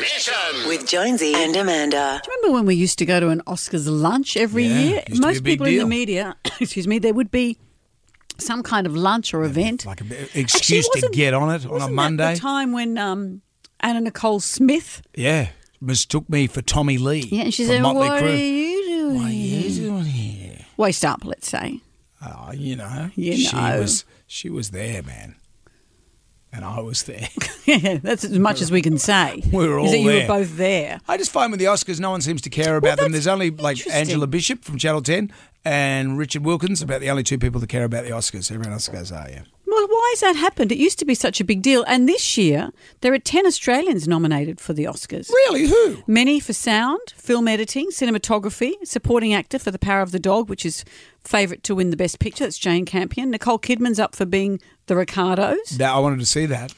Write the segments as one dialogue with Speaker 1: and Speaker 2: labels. Speaker 1: Mission.
Speaker 2: with Jonesy and Amanda.
Speaker 3: Do you remember when we used to go to an Oscars lunch every
Speaker 4: Yeah,
Speaker 3: year?
Speaker 4: used to be a
Speaker 3: Most
Speaker 4: big
Speaker 3: people in the
Speaker 4: deal.
Speaker 3: media, excuse me, there would be some kind of lunch or event.
Speaker 4: Like an
Speaker 3: Actually,
Speaker 4: excuse to
Speaker 3: wasn't-
Speaker 4: get on it on a
Speaker 3: wasn't that
Speaker 4: Monday.
Speaker 3: the time when um, Anna Nicole Smith,
Speaker 4: Yeah, mistook me for Tommy Lee.
Speaker 3: yeah, and she
Speaker 4: from
Speaker 3: said,
Speaker 4: Motley
Speaker 3: "What are
Speaker 4: Crue.
Speaker 3: you doing?
Speaker 4: What are you doing here?
Speaker 3: Waist up, let's say.
Speaker 4: Oh, you know,
Speaker 3: You
Speaker 4: she
Speaker 3: know.
Speaker 4: was she was there, man, and I was there.
Speaker 3: That's as much as we can say.
Speaker 4: We were
Speaker 3: is that
Speaker 4: all
Speaker 3: you
Speaker 4: there.
Speaker 3: were both there.
Speaker 4: I just find with the Oscars, no one seems to care about them.
Speaker 3: that's
Speaker 4: There's only like
Speaker 3: interesting.
Speaker 4: Angela Bishop from Channel Ten and Richard Wilkins, about the only two people that care about the Oscars. Everyone else goes, "Oh yeah."
Speaker 3: Well, why has that happened? It used to be such a big deal. And this year, there are 10 Australians nominated for the Oscars.
Speaker 4: Really? Who?
Speaker 3: Many for sound, film editing, cinematography, supporting actor for The Power of the Dog, which is favourite to win the Best Picture. That's Jane Campion. Nicole Kidman's up for being the Ricardos.
Speaker 4: That I wanted to see that.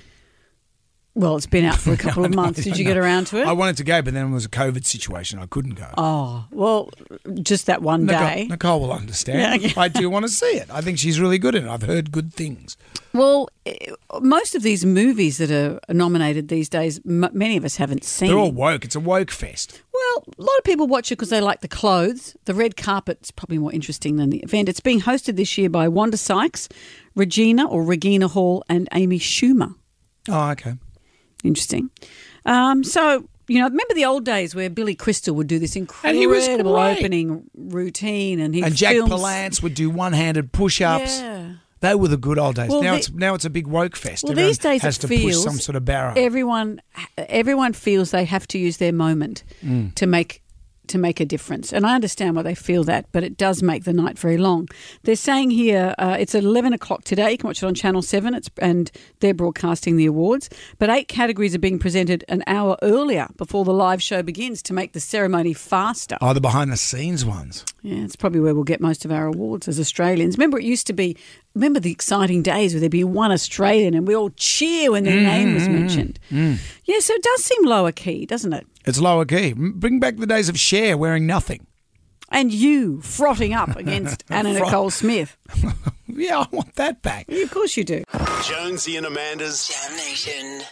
Speaker 3: Well, it's been out for a couple of months. Did you get around to it?
Speaker 4: I wanted to go, but then it was a COVID situation. I couldn't go.
Speaker 3: oh, well, just that one
Speaker 4: Nicole,
Speaker 3: day.
Speaker 4: Nicole will understand.
Speaker 3: Yeah, okay.
Speaker 4: I do want to see it. I think she's really good in it. I've heard good things.
Speaker 3: Well, eh, most of these movies that are nominated these days, m- many of us haven't seen.
Speaker 4: They're all woke. It's a woke fest.
Speaker 3: Well, a lot of people watch it because they like the clothes. The red carpet's probably more interesting than the event. It's being hosted this year by Wanda Sykes, Regina or Regina Hall, and Amy Schumer.
Speaker 4: Oh, okay.
Speaker 3: Interesting. Um, so, you know, remember the old days where Billy Crystal would do this
Speaker 4: And he
Speaker 3: incredible
Speaker 4: was great.
Speaker 3: opening routine and he
Speaker 4: and Jack
Speaker 3: films-
Speaker 4: Palance would do one-handed push-ups.
Speaker 3: Yeah.
Speaker 4: They were the good old days.
Speaker 3: Well,
Speaker 4: now
Speaker 3: the-
Speaker 4: it's now it's a big woke fest.
Speaker 3: Well,
Speaker 4: Everyone
Speaker 3: these days
Speaker 4: has
Speaker 3: it
Speaker 4: to push
Speaker 3: feels
Speaker 4: some sort of barrow.
Speaker 3: Everyone, everyone feels they have to use their moment
Speaker 4: Mm.
Speaker 3: to make to make a difference, and I understand why they feel that, but it does make the night very long. They're saying here uh, it's at eleven o'clock today. You can watch it on Channel Seven, it's, and they're broadcasting the awards. But eight categories are being presented an hour earlier before the live show begins to make the ceremony faster.
Speaker 4: Oh, the behind-the-scenes ones.
Speaker 3: Yeah, it's probably where we'll get most of our awards as Australians. Remember, it used to be, remember the exciting days where there'd be one Australian and we all cheer when their name was mentioned. Yeah, so it does seem lower key, doesn't it?
Speaker 4: It's lower key. M- Bring back the days of Cher wearing nothing.
Speaker 3: And you frotting up against Anna Nicole Smith.
Speaker 4: Yeah, I want that back.
Speaker 3: Of course you do.
Speaker 1: Jonesy and Amanda's
Speaker 2: Damnation.